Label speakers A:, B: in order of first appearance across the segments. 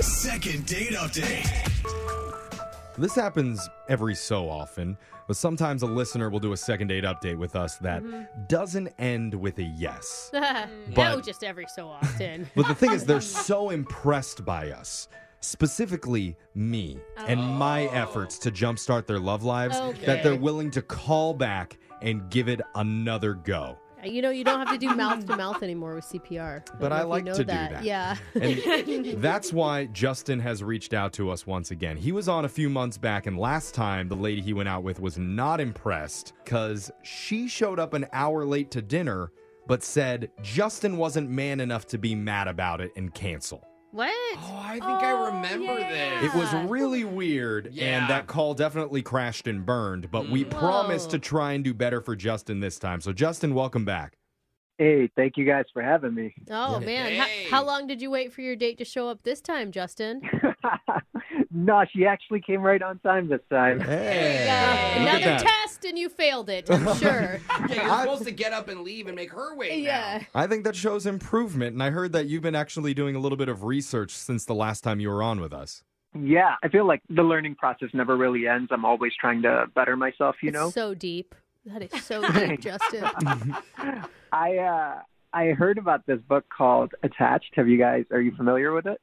A: Second date update.
B: This happens every so often, but sometimes a listener will do a second date update with us that doesn't end with a yes.
C: no, just every so often.
B: But the thing is, they're so impressed by us, specifically me
C: Oh.
B: and my efforts to jumpstart their love lives, that
C: Okay.
B: they're willing to call back and give it another go.
C: you know, you don't have to do mouth to mouth anymore with CPR.
B: But
C: don't know
B: I
C: if you
B: like
C: know
B: to do that.
C: Yeah.
B: And that's why Justin has reached out to us once again. He was on a few months back, and last time the lady he went out with was not impressed because she showed up an hour late to dinner, but said Justin wasn't man enough to be mad about it and cancel.
C: What?
D: Oh, I think I remember
B: It
D: this.
B: was really weird,
D: Ah. Yeah.
B: and that call definitely crashed and burned, but we promised
C: Whoa.
B: to try and do better for Justin this time. So, Justin, welcome back.
E: Hey, thank you guys for having me.
C: Oh man,
D: Hey.
C: how, how long did you wait for your date to show up this time, Justin?
E: no, she actually came right on time this time.
B: Hey, look at
C: Another
B: that.
C: test and you failed it, I'm sure.
D: Yeah, you're supposed to get up and leave and make her wait.
C: yeah.
B: I think that shows improvement, and I heard that you've been actually doing a little bit of research since the last time you were on with us.
E: Yeah, I feel like the learning process never really ends. I'm always trying to better myself, you know.
C: It's so deep. That is so deep, Justin.
E: I uh I heard about this book called Attached. Have you guys are you familiar with it?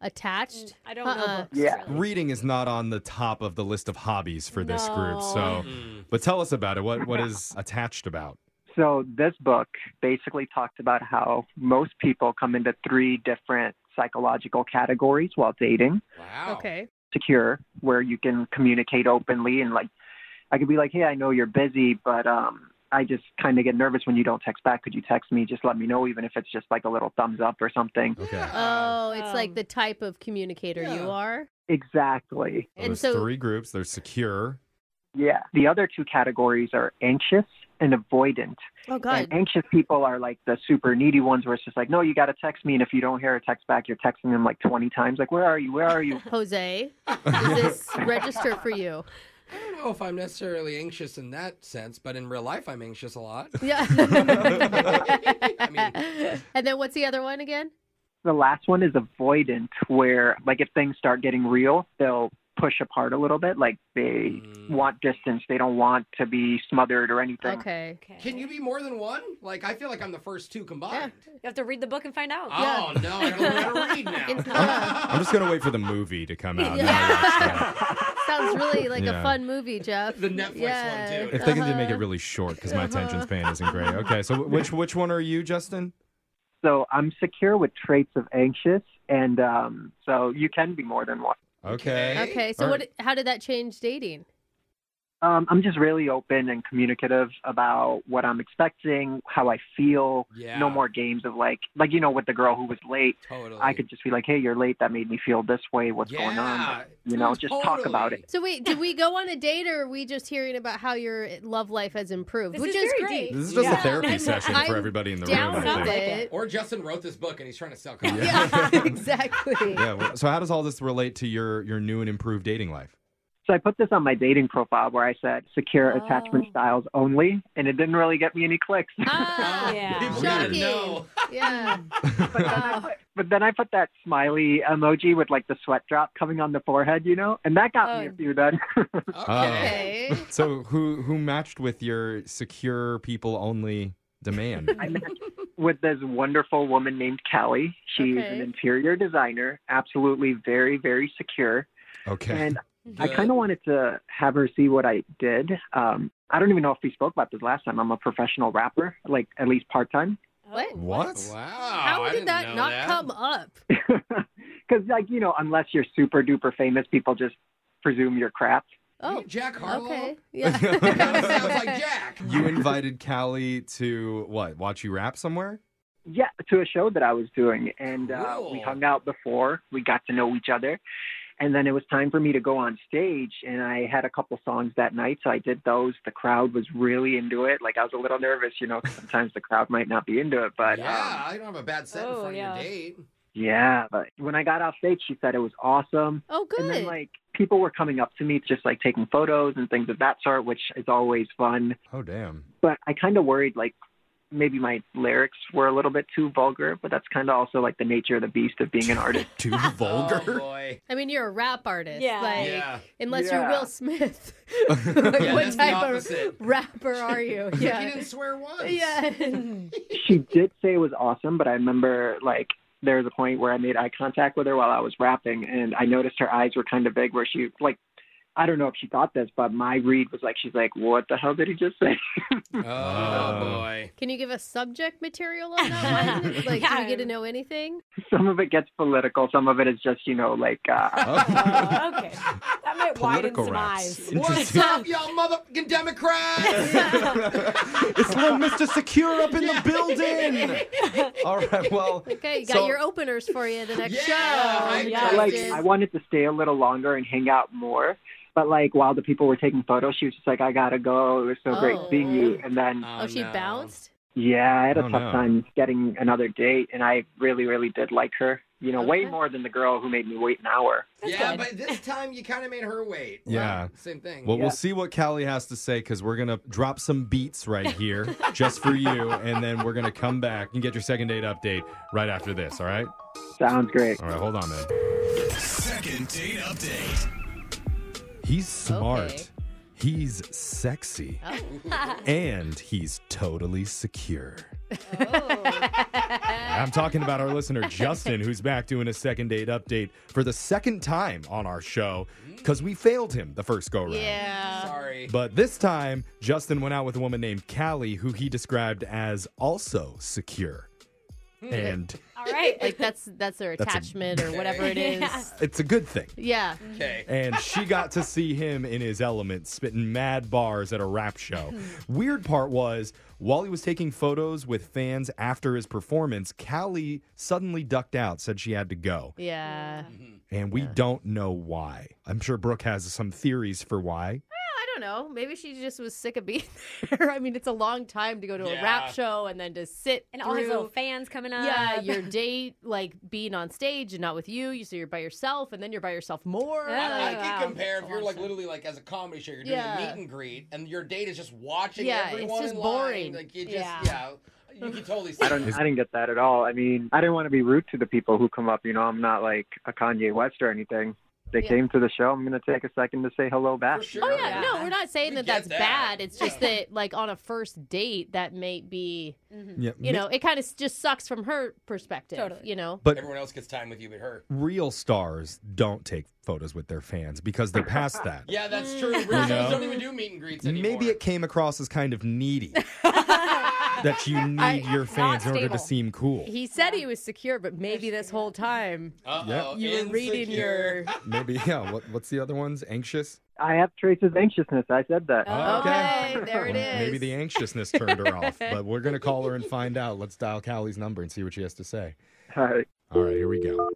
C: Attached?
F: Mm, I don't know.
C: Uh-uh.
F: Books,
E: Yeah.
F: Really.
B: Reading is not on the top of the list of hobbies for this group,
F: No.
B: so.
D: Mm.
B: But tell us about it. What what is attached about?
E: So this book basically talked about how most people come into three different psychological categories while dating.
D: Wow.
C: Okay.
E: Secure, where you can communicate openly and like I could be like, "Hey, I know you're busy, but um I just kind of get nervous when you don't text back. Could you text me? Just let me know, even if it's just like a little thumbs up or something.
B: Okay.
C: Oh, it's like
F: Um,
C: the type of communicator you
D: yeah.
C: are.
E: Exactly.
C: And
B: There's
C: so
B: three groups. There's secure.
E: Yeah. The other two categories are anxious and avoidant.
C: Oh god.
E: And anxious people are like the super needy ones where it's just like, no, you got to text me. And if you don't hear a text back, you're texting them like 20 times. Like, where are you? Where are you?
C: Jose, does this register for you?
D: I don't know if I'm necessarily anxious in that sense, but in real life, I'm anxious a lot.
C: Yeah.
D: I
C: and then what's the other one again?
E: the last one is avoidant, where like if things start getting real, they'll push apart a little bit. Like they
D: Mm.
E: want distance. They don't want to be smothered or anything.
C: Okay.
F: Okay.
D: Can you be more than one? Like, I feel like I'm the first two combined.
F: You have to read the book and find out.
D: Oh, no. I don't know how to read now.
B: I'm just gonna wait for the movie to come out. and I watch that.
C: Yeah. Sounds really like
B: Yeah.
C: a fun movie, Jeff.
D: The Netflix one, too.
B: If they can just make it
C: Uh-huh.
B: really short, because my attention span isn't great. Okay, so which which one are you, Justin?
E: So I'm secure with traits of anxious. And um, so you can be more than one.
B: Okay.
D: Okay.
C: Uh-huh. Okay, so
B: All
C: what? How did that change dating?
E: Um, I'm just really open and communicative about what I'm expecting, how I feel.
D: Yeah.
E: No more games of like, like you know, with the girl who was late.
D: Totally.
E: I could just be like, hey, you're late. That made me feel this way. What's
D: yeah.
E: going on? You know, just talk about it.
C: So wait, did we go on a date, or are we just hearing about how your love life has improved,
F: This
C: which
F: is
C: is,
F: very
C: great.
F: deep.
B: This is just a
F: Yeah.
B: therapy
F: I'm-
B: session for
C: I'm
B: everybody in the room.
C: Down
B: I
C: with
B: think.
F: Sounds like
C: it.
F: it.
D: Or Justin wrote this book and he's trying to sell copies.
C: Yeah, exactly.
B: Yeah. well, So how does all this relate to your your new and improved dating life?
E: So I put this on my dating profile where I said secure attachment
F: Oh.
E: styles only, and it didn't really get me any clicks.
C: Ah,
F: Yeah.
D: People
C: Shocking.
D: didn't know.
C: yeah.
E: but, then I put, but then I put that smiley emoji with like the sweat drop coming on the forehead, you know, and that got me
F: Oh.
E: a few then.
B: Oh.
D: Okay.
C: Okay.
B: So who who matched with your secure people only demand?
E: I met with this wonderful woman named Kelly. She's
C: Okay.
E: an interior designer, absolutely very, very secure.
B: Okay.
E: And I kind of wanted to have her see what I did. Um, I don't even know if we spoke about this last time. I'm a professional rapper, like at least part time.
C: What?
B: What?
D: Wow.
C: How
D: Oh, I
C: did
D: didn't
C: that
D: know
C: not
D: that.
C: come up?
E: Because, like, you know, unless you're super duper famous, people just presume you're crap.
C: Oh,
D: You Jack Harlow.
C: okay. Yeah.
D: That sounds like Jack.
B: You invited Callie to what? Watch you rap somewhere?
E: Yeah, to a show that I was doing. And uh, we
D: Cool.
E: hung out before, we got to know each other. And then it was time for me to go on stage, and I had a couple songs that night, so I did those. The crowd was really into it. Like, I was a little nervous, you know, 'cause sometimes the crowd might not be into it, but. um,
D: yeah, I don't have a bad set in
F: Oh,
D: front of
F: yeah.
D: your date.
E: Yeah, but when I got off stage, she said it was awesome.
C: Oh, good.
E: And then like people were coming up to me, just like taking photos and things of that sort, which is always fun.
B: Oh damn.
E: But I kind of worried like maybe my lyrics were a little bit too vulgar, but that's kind of also like the nature of the beast of being an artist.
B: Too vulgar.
D: boy.
C: I mean, you're a rap artist.
F: Yeah.
C: Like,
D: Yeah.
C: unless you're
E: Yeah.
C: Will Smith. like,
D: Yeah,
C: what
D: that's the
C: type
D: opposite.
C: of rapper are you?
D: He
C: Yeah.
D: didn't swear once.
C: yeah.
E: she did say it was awesome, but I remember like there was a point where I made eye contact with her while I was rapping, and I noticed her eyes were kind of big, where she like. I don't know if she thought this, but my read was like, she's like, what the hell did he just say?
D: Oh,
B: Oh.
D: boy.
C: Can you give us subject material on that one? Like, do we get to know anything?
E: some of it gets political, some of it is just, you know, like, uh,
B: Oh.
F: Uh, okay. That might widen
B: Political
F: some
B: raps.
F: eyes.
D: What's up, y'all motherfucking Democrats?
B: it's little Mr. Secure up in the building. All right, well.
C: Okay, you got
B: so-
C: your openers for you the next
D: Yeah,
C: show.
D: I
F: yeah.
E: I like
C: Yes.
E: I wanted to stay a little longer and hang out more. But like while the people were taking photos, she was just like, I gotta go. It was so great
C: Oh.
E: seeing you. And then
C: Oh, she
D: no.
C: bounced?
E: yeah, I had a
B: Oh,
E: tough
B: no.
E: time getting another date and I really, really did like her. You know, way
C: Okay.
E: more than the girl who made me wait an hour.
D: Yeah,
F: good.
D: but this time you kind of made her wait.
B: Yeah.
D: Wow, Same thing.
B: Well,
E: Yeah.
B: we'll see what Callie has to say because we're going to drop some beats right here just for you. And then we're going to come back and get your second date update right after this. All right?
E: Sounds great.
B: All right, hold on, man.
A: Second date update.
B: He's smart,
C: Okay. Oh.
B: he's sexy, and he's totally secure.
C: Oh.
B: I'm talking about our listener, Justin, who's back doing a second date update for the second time on our show because we failed him the first go round.
C: Yeah.
D: Sorry.
B: But this time, Justin went out with a woman named Callie, who he described as also secure.
C: Hmm.
B: And
F: All right.
C: Like that's that's their
B: That's a-
C: attachment or whatever it is.
F: Yeah.
B: it's a good thing.
C: Yeah.
D: Okay.
B: And she got to see him in his element, spitting mad bars at a rap show. Weird part was, while he was taking photos with fans after his performance, Callie suddenly ducked out, said she had to go.
C: Yeah.
B: And we don't know why. I'm sure Brooke has some theories for why.
C: I don't know. Maybe she just was sick of being there. I mean, it's a long time to go to a rap
D: Yeah.
C: show and then to sit
F: And all his
C: through-
F: little fans coming up.
C: Yeah, your date, like being on stage and not with you. You so you're by yourself, and then you're by yourself more.
F: Yeah.
D: I, I
C: Like,
D: can
F: wow.
D: compare if you're like literally like as a comedy show, you're doing
C: Oh, Yeah.
D: a meet and greet, and your date is just watching
C: Yeah, it's
D: everyone
C: just
D: in line.
C: boring.
D: Like you just
F: Yeah.
D: yeah, you can totally see.
E: I don't I didn't get that at all. I mean, I didn't want to be rude to the people who come up, you know, I'm not like a Kanye West or anything. They
C: Yeah.
E: came to the show, I'm gonna take a second to say hello back.
D: For sure.
C: Oh yeah,
F: Yeah.
C: no, we're not saying
D: We
C: that
D: get
C: that's
D: that.
C: bad. It's just
D: Yeah.
C: that, like, on a first date, that may be,
B: Yeah,
C: you know, it kind of just sucks from her perspective.
F: Totally.
C: You know,
B: But
D: Everyone else gets time with you, but her.
B: real stars don't take photos with their fans because they're past that.
D: Yeah, that's
C: Mm.
D: true. Real
B: You
D: shows
B: know?
D: don't even do meet and greets anymore.
B: Maybe it came across as kind of needy that you need your fans in order to
F: stable.
B: seem cool.
C: he said he was secure, but maybe this whole time
D: Uh-oh,
C: you were reading
D: insecure.
C: your.
B: Maybe yeah. What, what's the other ones? Anxious.
E: I have traces of anxiousness. I said that.
C: Oh.
B: Okay.
C: Okay, there it is.
B: Maybe the anxiousness turned her off. But we're gonna call her and find out. Let's dial Callie's number and see what she has to say.
E: All right.
B: All right, here we go.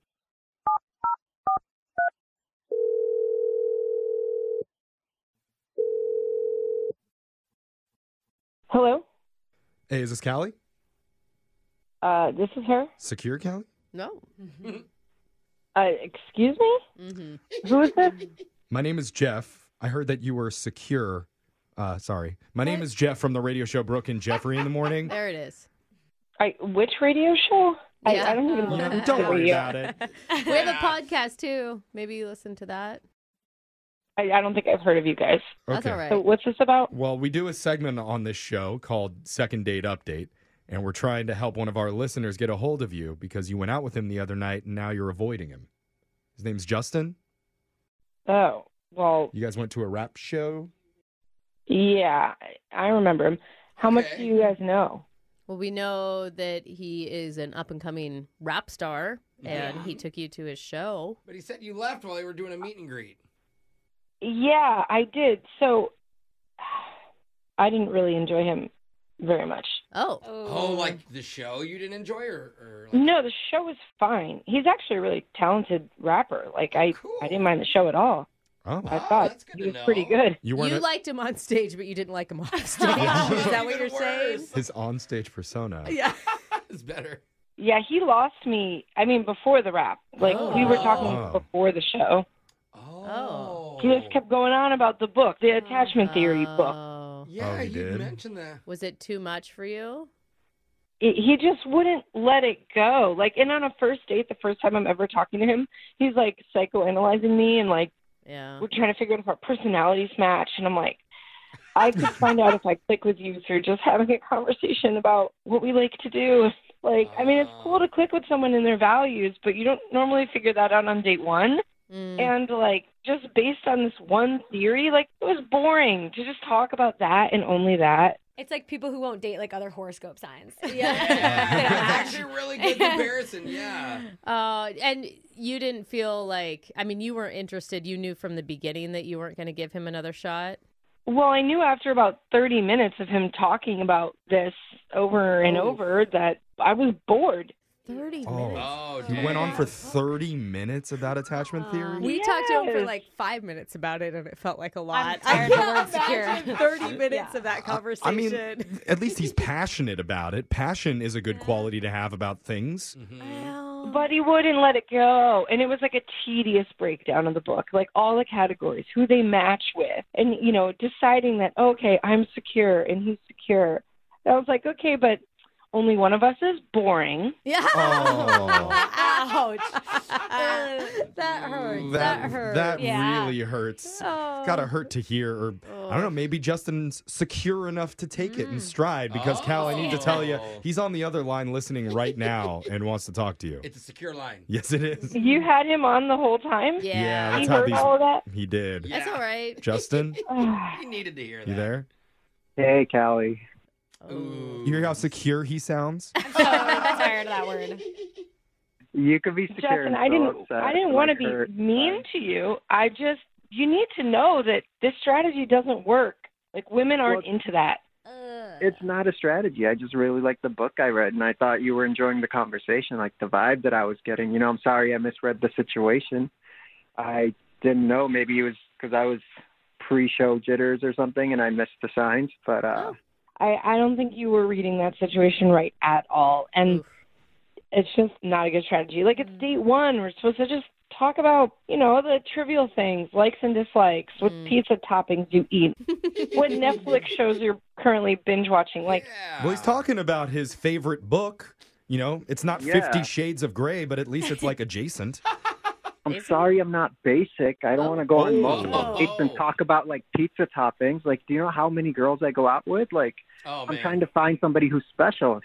G: Hello.
B: Hey, is this Callie?
G: Uh, this is her.
B: Secure Callie?
C: no.
F: Mm-hmm.
G: Uh, excuse me.
C: Mm-hmm.
G: Who is this?
B: My name is Jeff. I heard that you were secure. Uh, sorry. My name is Jeff from the radio show Brooke and Jeffrey in the morning.
C: There it is.
G: I, which radio show?
C: Yeah.
G: I, I don't even
B: You know,
G: listen
B: don't
G: to
B: worry
G: radio.
B: about it.
C: We have a
D: Yeah.
C: podcast too. Maybe you listen to that.
G: I, I don't think I've heard of you guys.
C: That's all
B: Okay.
C: right.
G: So what's this about?
B: Well, we do a segment on this show called Second Date Update, and we're trying to help one of our listeners get a hold of you because you went out with him the other night and now you're avoiding him. His name's Justin.
G: Oh, well,
B: You guys went to a rap show.
G: yeah, I- I remember him. How much
D: Okay.
G: do you guys know?
C: Well, we know that he is an up and coming rap star, and he took you to his show.
D: But he said you left while they were doing a meet and greet.
G: Yeah, I did. So I didn't really enjoy him very much.
C: Oh,
D: Oh, like the show you didn't enjoy, or, or like,
G: No, the show was fine. He's actually a really talented rapper. Like I,
D: Cool.
G: I didn't mind the show at all.
B: Oh,
G: I
D: Wow,
G: thought
D: that's good
G: he
D: to
G: was
D: know.
G: pretty good.
B: you
C: Uh, you
B: weren't. a-
C: liked him on stage, but you didn't like him off stage.
B: Yeah.
C: is that what you're
D: Even
C: saying?
D: worse.
B: his onstage persona.
C: Yeah.
D: it's better.
G: Yeah, he lost me. I mean, before the rap, like we were
B: Oh.
G: talking before the show.
D: Oh,
G: He just kept going on about the book, the attachment theory book.
C: Oh.
D: Yeah,
B: Oh, he
D: you
B: did?
D: mentioned that.
C: Was it too much for you?
G: it, he just wouldn't let it go. Like, and on a first date, the first time I'm ever talking to him, he's like psychoanalyzing me and like
C: Yeah.
G: we're trying to figure out if our personalities match. And I'm like, I could find out if I click with you through just having a conversation about what we like to do. Like, I mean, it's cool to click with someone in their values, but you don't normally figure that out on date one.
C: Mm.
G: And like, just based on this one theory, like, it was boring to just talk about that and only that.
F: It's like people who won't date like other horoscope signs.
C: Yeah.
F: They don't
D: That's actually
F: match.
D: a really good comparison. Yeah.
C: Uh, and you didn't feel like, I mean, you weren't interested. You knew from the beginning that you weren't going to give him another shot.
G: Well, I knew after about 30 minutes of him talking about this over and over that I was bored.
C: 30
B: Oh.
C: minutes.
D: Oh,
B: He
D: dang.
B: went on for 30 minutes about attachment theory.
H: We talked to him for
G: Yes.
H: like five minutes about it, and it felt like a lot. I
F: tired of the
H: can't
F: word secure.
H: imagine thirty minutes of that
B: I
H: conversation.
B: mean, at least he's passionate about it. Passion is a good quality to have about things.
D: Mm-hmm.
G: But he wouldn't let it go. And it was like a tedious breakdown of the book, like all the categories, who they match with, and, you know, deciding that, okay, I'm secure and he's secure. And I was like, okay, but only one of us is boring.
H: yeah.
B: Oh.
F: Ouch. Ugh, that hurts.
B: That, Oh.
F: That, hurts.
B: that
F: yeah.
B: really hurts. It's gotta hurt to hear, or I don't know. Maybe Justin's secure enough to take it in stride. Because Cal, I need to tell you,
D: Oh.
B: he's on the other line listening right now and wants to talk to you.
D: It's a secure line.
B: Yes, it is.
G: You had him on the whole time?
B: Mm-hmm. Yeah,
G: He
B: that's how
G: heard all
B: these.
G: of that?
B: He did.
C: That's all right.
B: Justin,
G: Ugh.
D: He needed to hear that.
B: you there?
E: Hey, Callie.
D: Ooh.
B: You hear how secure he sounds?
F: I'm so tired of that word.
E: You could be secure.
G: Justin,
E: and
G: I
E: so
G: didn't
E: upset,
G: I didn't
E: like
G: want to be
E: hurt,
G: mean to you. I just you need to know that this strategy doesn't work. Like women aren't
E: Well-
G: into that.
E: but It's not a strategy. I just really liked the book I read, and I thought you were enjoying the conversation, like the vibe that I was getting. You know, I'm sorry I misread the situation. I didn't know. Maybe it was because I was pre-show jitters or something, and I missed the signs. But
D: Oh,
E: uh,
G: I, I don't think you were reading that situation right at all. And it's just not a good strategy. Like, it's
E: Mm.
G: date one. We're supposed to just talk about, you know, the trivial things, likes and dislikes, what
E: Mm.
G: pizza toppings you eat, what Netflix shows you're currently binge watching. Like,
D: Yeah.
B: Well, he's talking about his favorite book. You know, it's not
E: Yeah.
B: Fifty Shades of Grey, but at least it's like adjacent.
E: I'm sorry I'm not basic. I don't want to go on
B: Oh.
E: multiple dates and
D: Oh.
E: talk about like pizza toppings. Like, do you know how many girls I go out with? Like,
D: Oh,
E: I'm
D: man.
E: trying to find somebody who's special.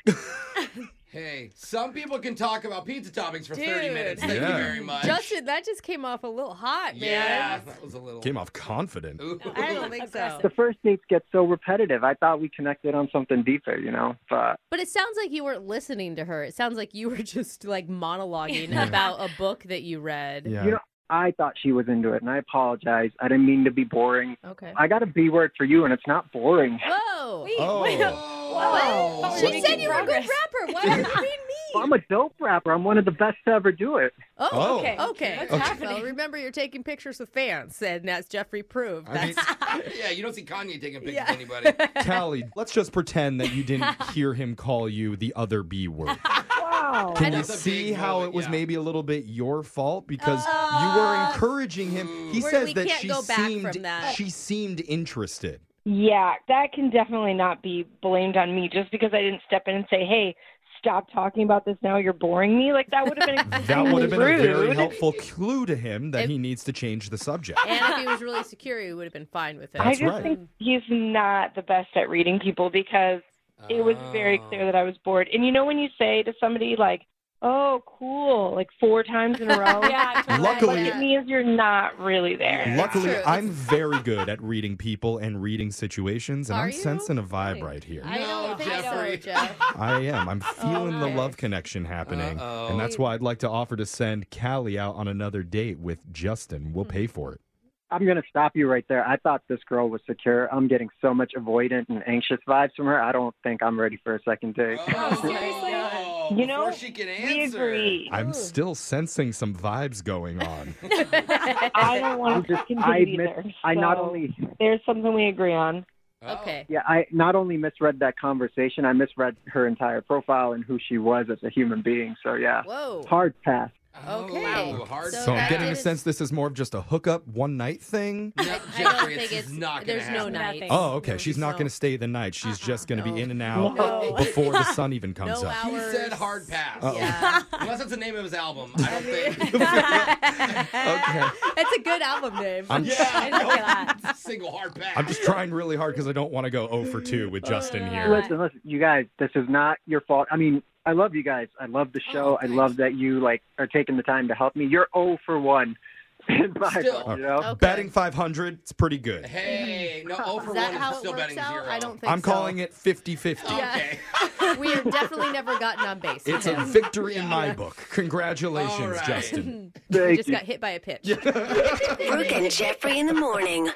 D: Hey, some people can talk about pizza toppings for 30
H: Dude.
D: minutes. Thank you
B: Yeah.
D: very much.
C: Justin, that just came off a little hot, man.
D: yeah, that was a little.
B: Came off confident.
D: Ooh.
H: I don't think so.
E: the first dates get so repetitive. I thought we connected on something deeper, you know. But
C: But it sounds like you weren't listening to her. It sounds like you were just like monologuing about a book that you read.
B: Yeah.
E: You know- I thought she was into it, and I apologize. I didn't mean to be boring.
C: Okay.
E: I got a B word for you, and it's not boring.
C: Whoa.
B: oh.
D: Whoa.
F: But we're
C: She said
F: making
C: you were a good
F: progress.
C: rapper. Why are you being
E: Well,
C: mean?
E: I'm a dope rapper. I'm one of the best to ever do it.
C: Oh,
B: Oh.
C: okay. Okay.
F: What's
C: Well,
F: happening?
C: remember, you're taking pictures with fans, and as Jeffrey proved,
B: I mean,
C: that's
D: Yeah, you don't see Kanye taking pictures
C: Yeah.
D: of anybody.
B: Callie, let's just pretend that you didn't hear him call you the other B word.
G: wow.
B: Can you
D: That's a big
B: see how
D: moment,
B: it was
D: yeah.
B: maybe a little bit your fault because you were encouraging him? He
C: Uh, We're-
B: says
C: we
B: that
C: can't
B: she
C: go back
B: seemed
C: from that.
B: she seemed interested.
G: Yeah, that can definitely not be blamed on me just because I didn't step in and say, hey, stop talking about this now. You're boring me. Like, that would have been
B: That would have been a very
G: rude.
B: helpful clue to him that he needs to change the subject.
C: And if he was really secure, he would have been fine with it.
G: I
B: That's
G: just
B: right.
G: think he's not the best at reading people because it was very
D: Oh.
G: clear that I was bored. And you know when you say to somebody like, "Oh, cool," like four times in a row,
F: Yeah, totally.
B: Luckily-
G: it means you're not really there.
B: Luckily,
C: true.
B: I'm very good at reading people and reading situations, and
C: Are
B: I'm
C: you?
B: sensing a vibe
C: Really?
B: right here.
C: I
D: No,
C: don't think
D: Jeffrey.
C: so, Jeff.
B: I am.
C: Oh,
B: I'm feeling the
C: Okay.
B: love connection happening.
D: Uh-oh.
B: And that's why I'd like to offer to send Callie out on another date with Justin.
C: Hmm.
B: We'll pay for it.
E: I'm gonna stop you right there. I thought this girl was secure. I'm getting so much avoidant and anxious vibes from her. I don't think I'm ready for a second date.
D: Oh,
F: seriously?
D: no.
G: You know,
D: Before she can
G: We
D: answer.
G: agree.
B: I'm still sensing some vibes going on.
G: I don't
E: I'm
G: want to
E: just.
G: continue
E: I miss,
G: either.
E: I not
G: So,
E: only.
G: there's something we agree on.
D: Oh.
C: Okay.
E: Yeah, I not only misread that conversation. I misread her entire profile and who she was as a human being. So yeah,
C: Whoa.
E: Oh. hard pass.
C: Okay.
D: Oh, hard.
C: So
B: So I'm
C: that
B: getting a
C: didn't-
B: sense this is more of just a hookup one night thing.
D: No,
C: I
D: Jeffrey,
C: don't
D: it's,
C: think it's.
D: it's not gonna
C: there's no
D: happen.
C: night.
F: Nothing.
B: Oh, okay. She's not
C: No.
B: going to stay the night. She's just going to be
C: no.
B: in and out
C: No.
B: before the sun even comes
C: No
B: up.
D: He said
C: hours.
D: hard pass.
C: Yeah.
D: Unless that's the name of his album. I don't think.
B: Okay.
C: That's a good album name.
B: I'm,
D: yeah.
F: Look at
D: no, Single hard pass.
B: I'm just trying really hard because I don't want to go 0 for 2
C: Oh,
B: with Justin here.
E: Listen, listen, you guys, this is not your fault. I mean, I love you guys. I love the show. I love that you like are taking the time to help me. You're 0 for 1 in my
D: Still.
E: book, you know?
C: Okay.
B: Betting 500, it's pretty good.
D: Hey, no, oh for
C: Is
D: 1
C: that how
D: is
C: it
D: still
C: works
D: betting
C: out?
D: zero.
C: I don't think
B: I'm
C: so.
B: calling it 50 50.
C: Yeah.
D: Okay.
C: We have definitely never gotten on base.
B: It's a
C: Tim.
B: victory in my book. Congratulations,
D: All right.
B: Justin.
E: Thank
C: just
E: you.
C: got hit by a pitch.
I: Brooke and Jeffrey in the morning.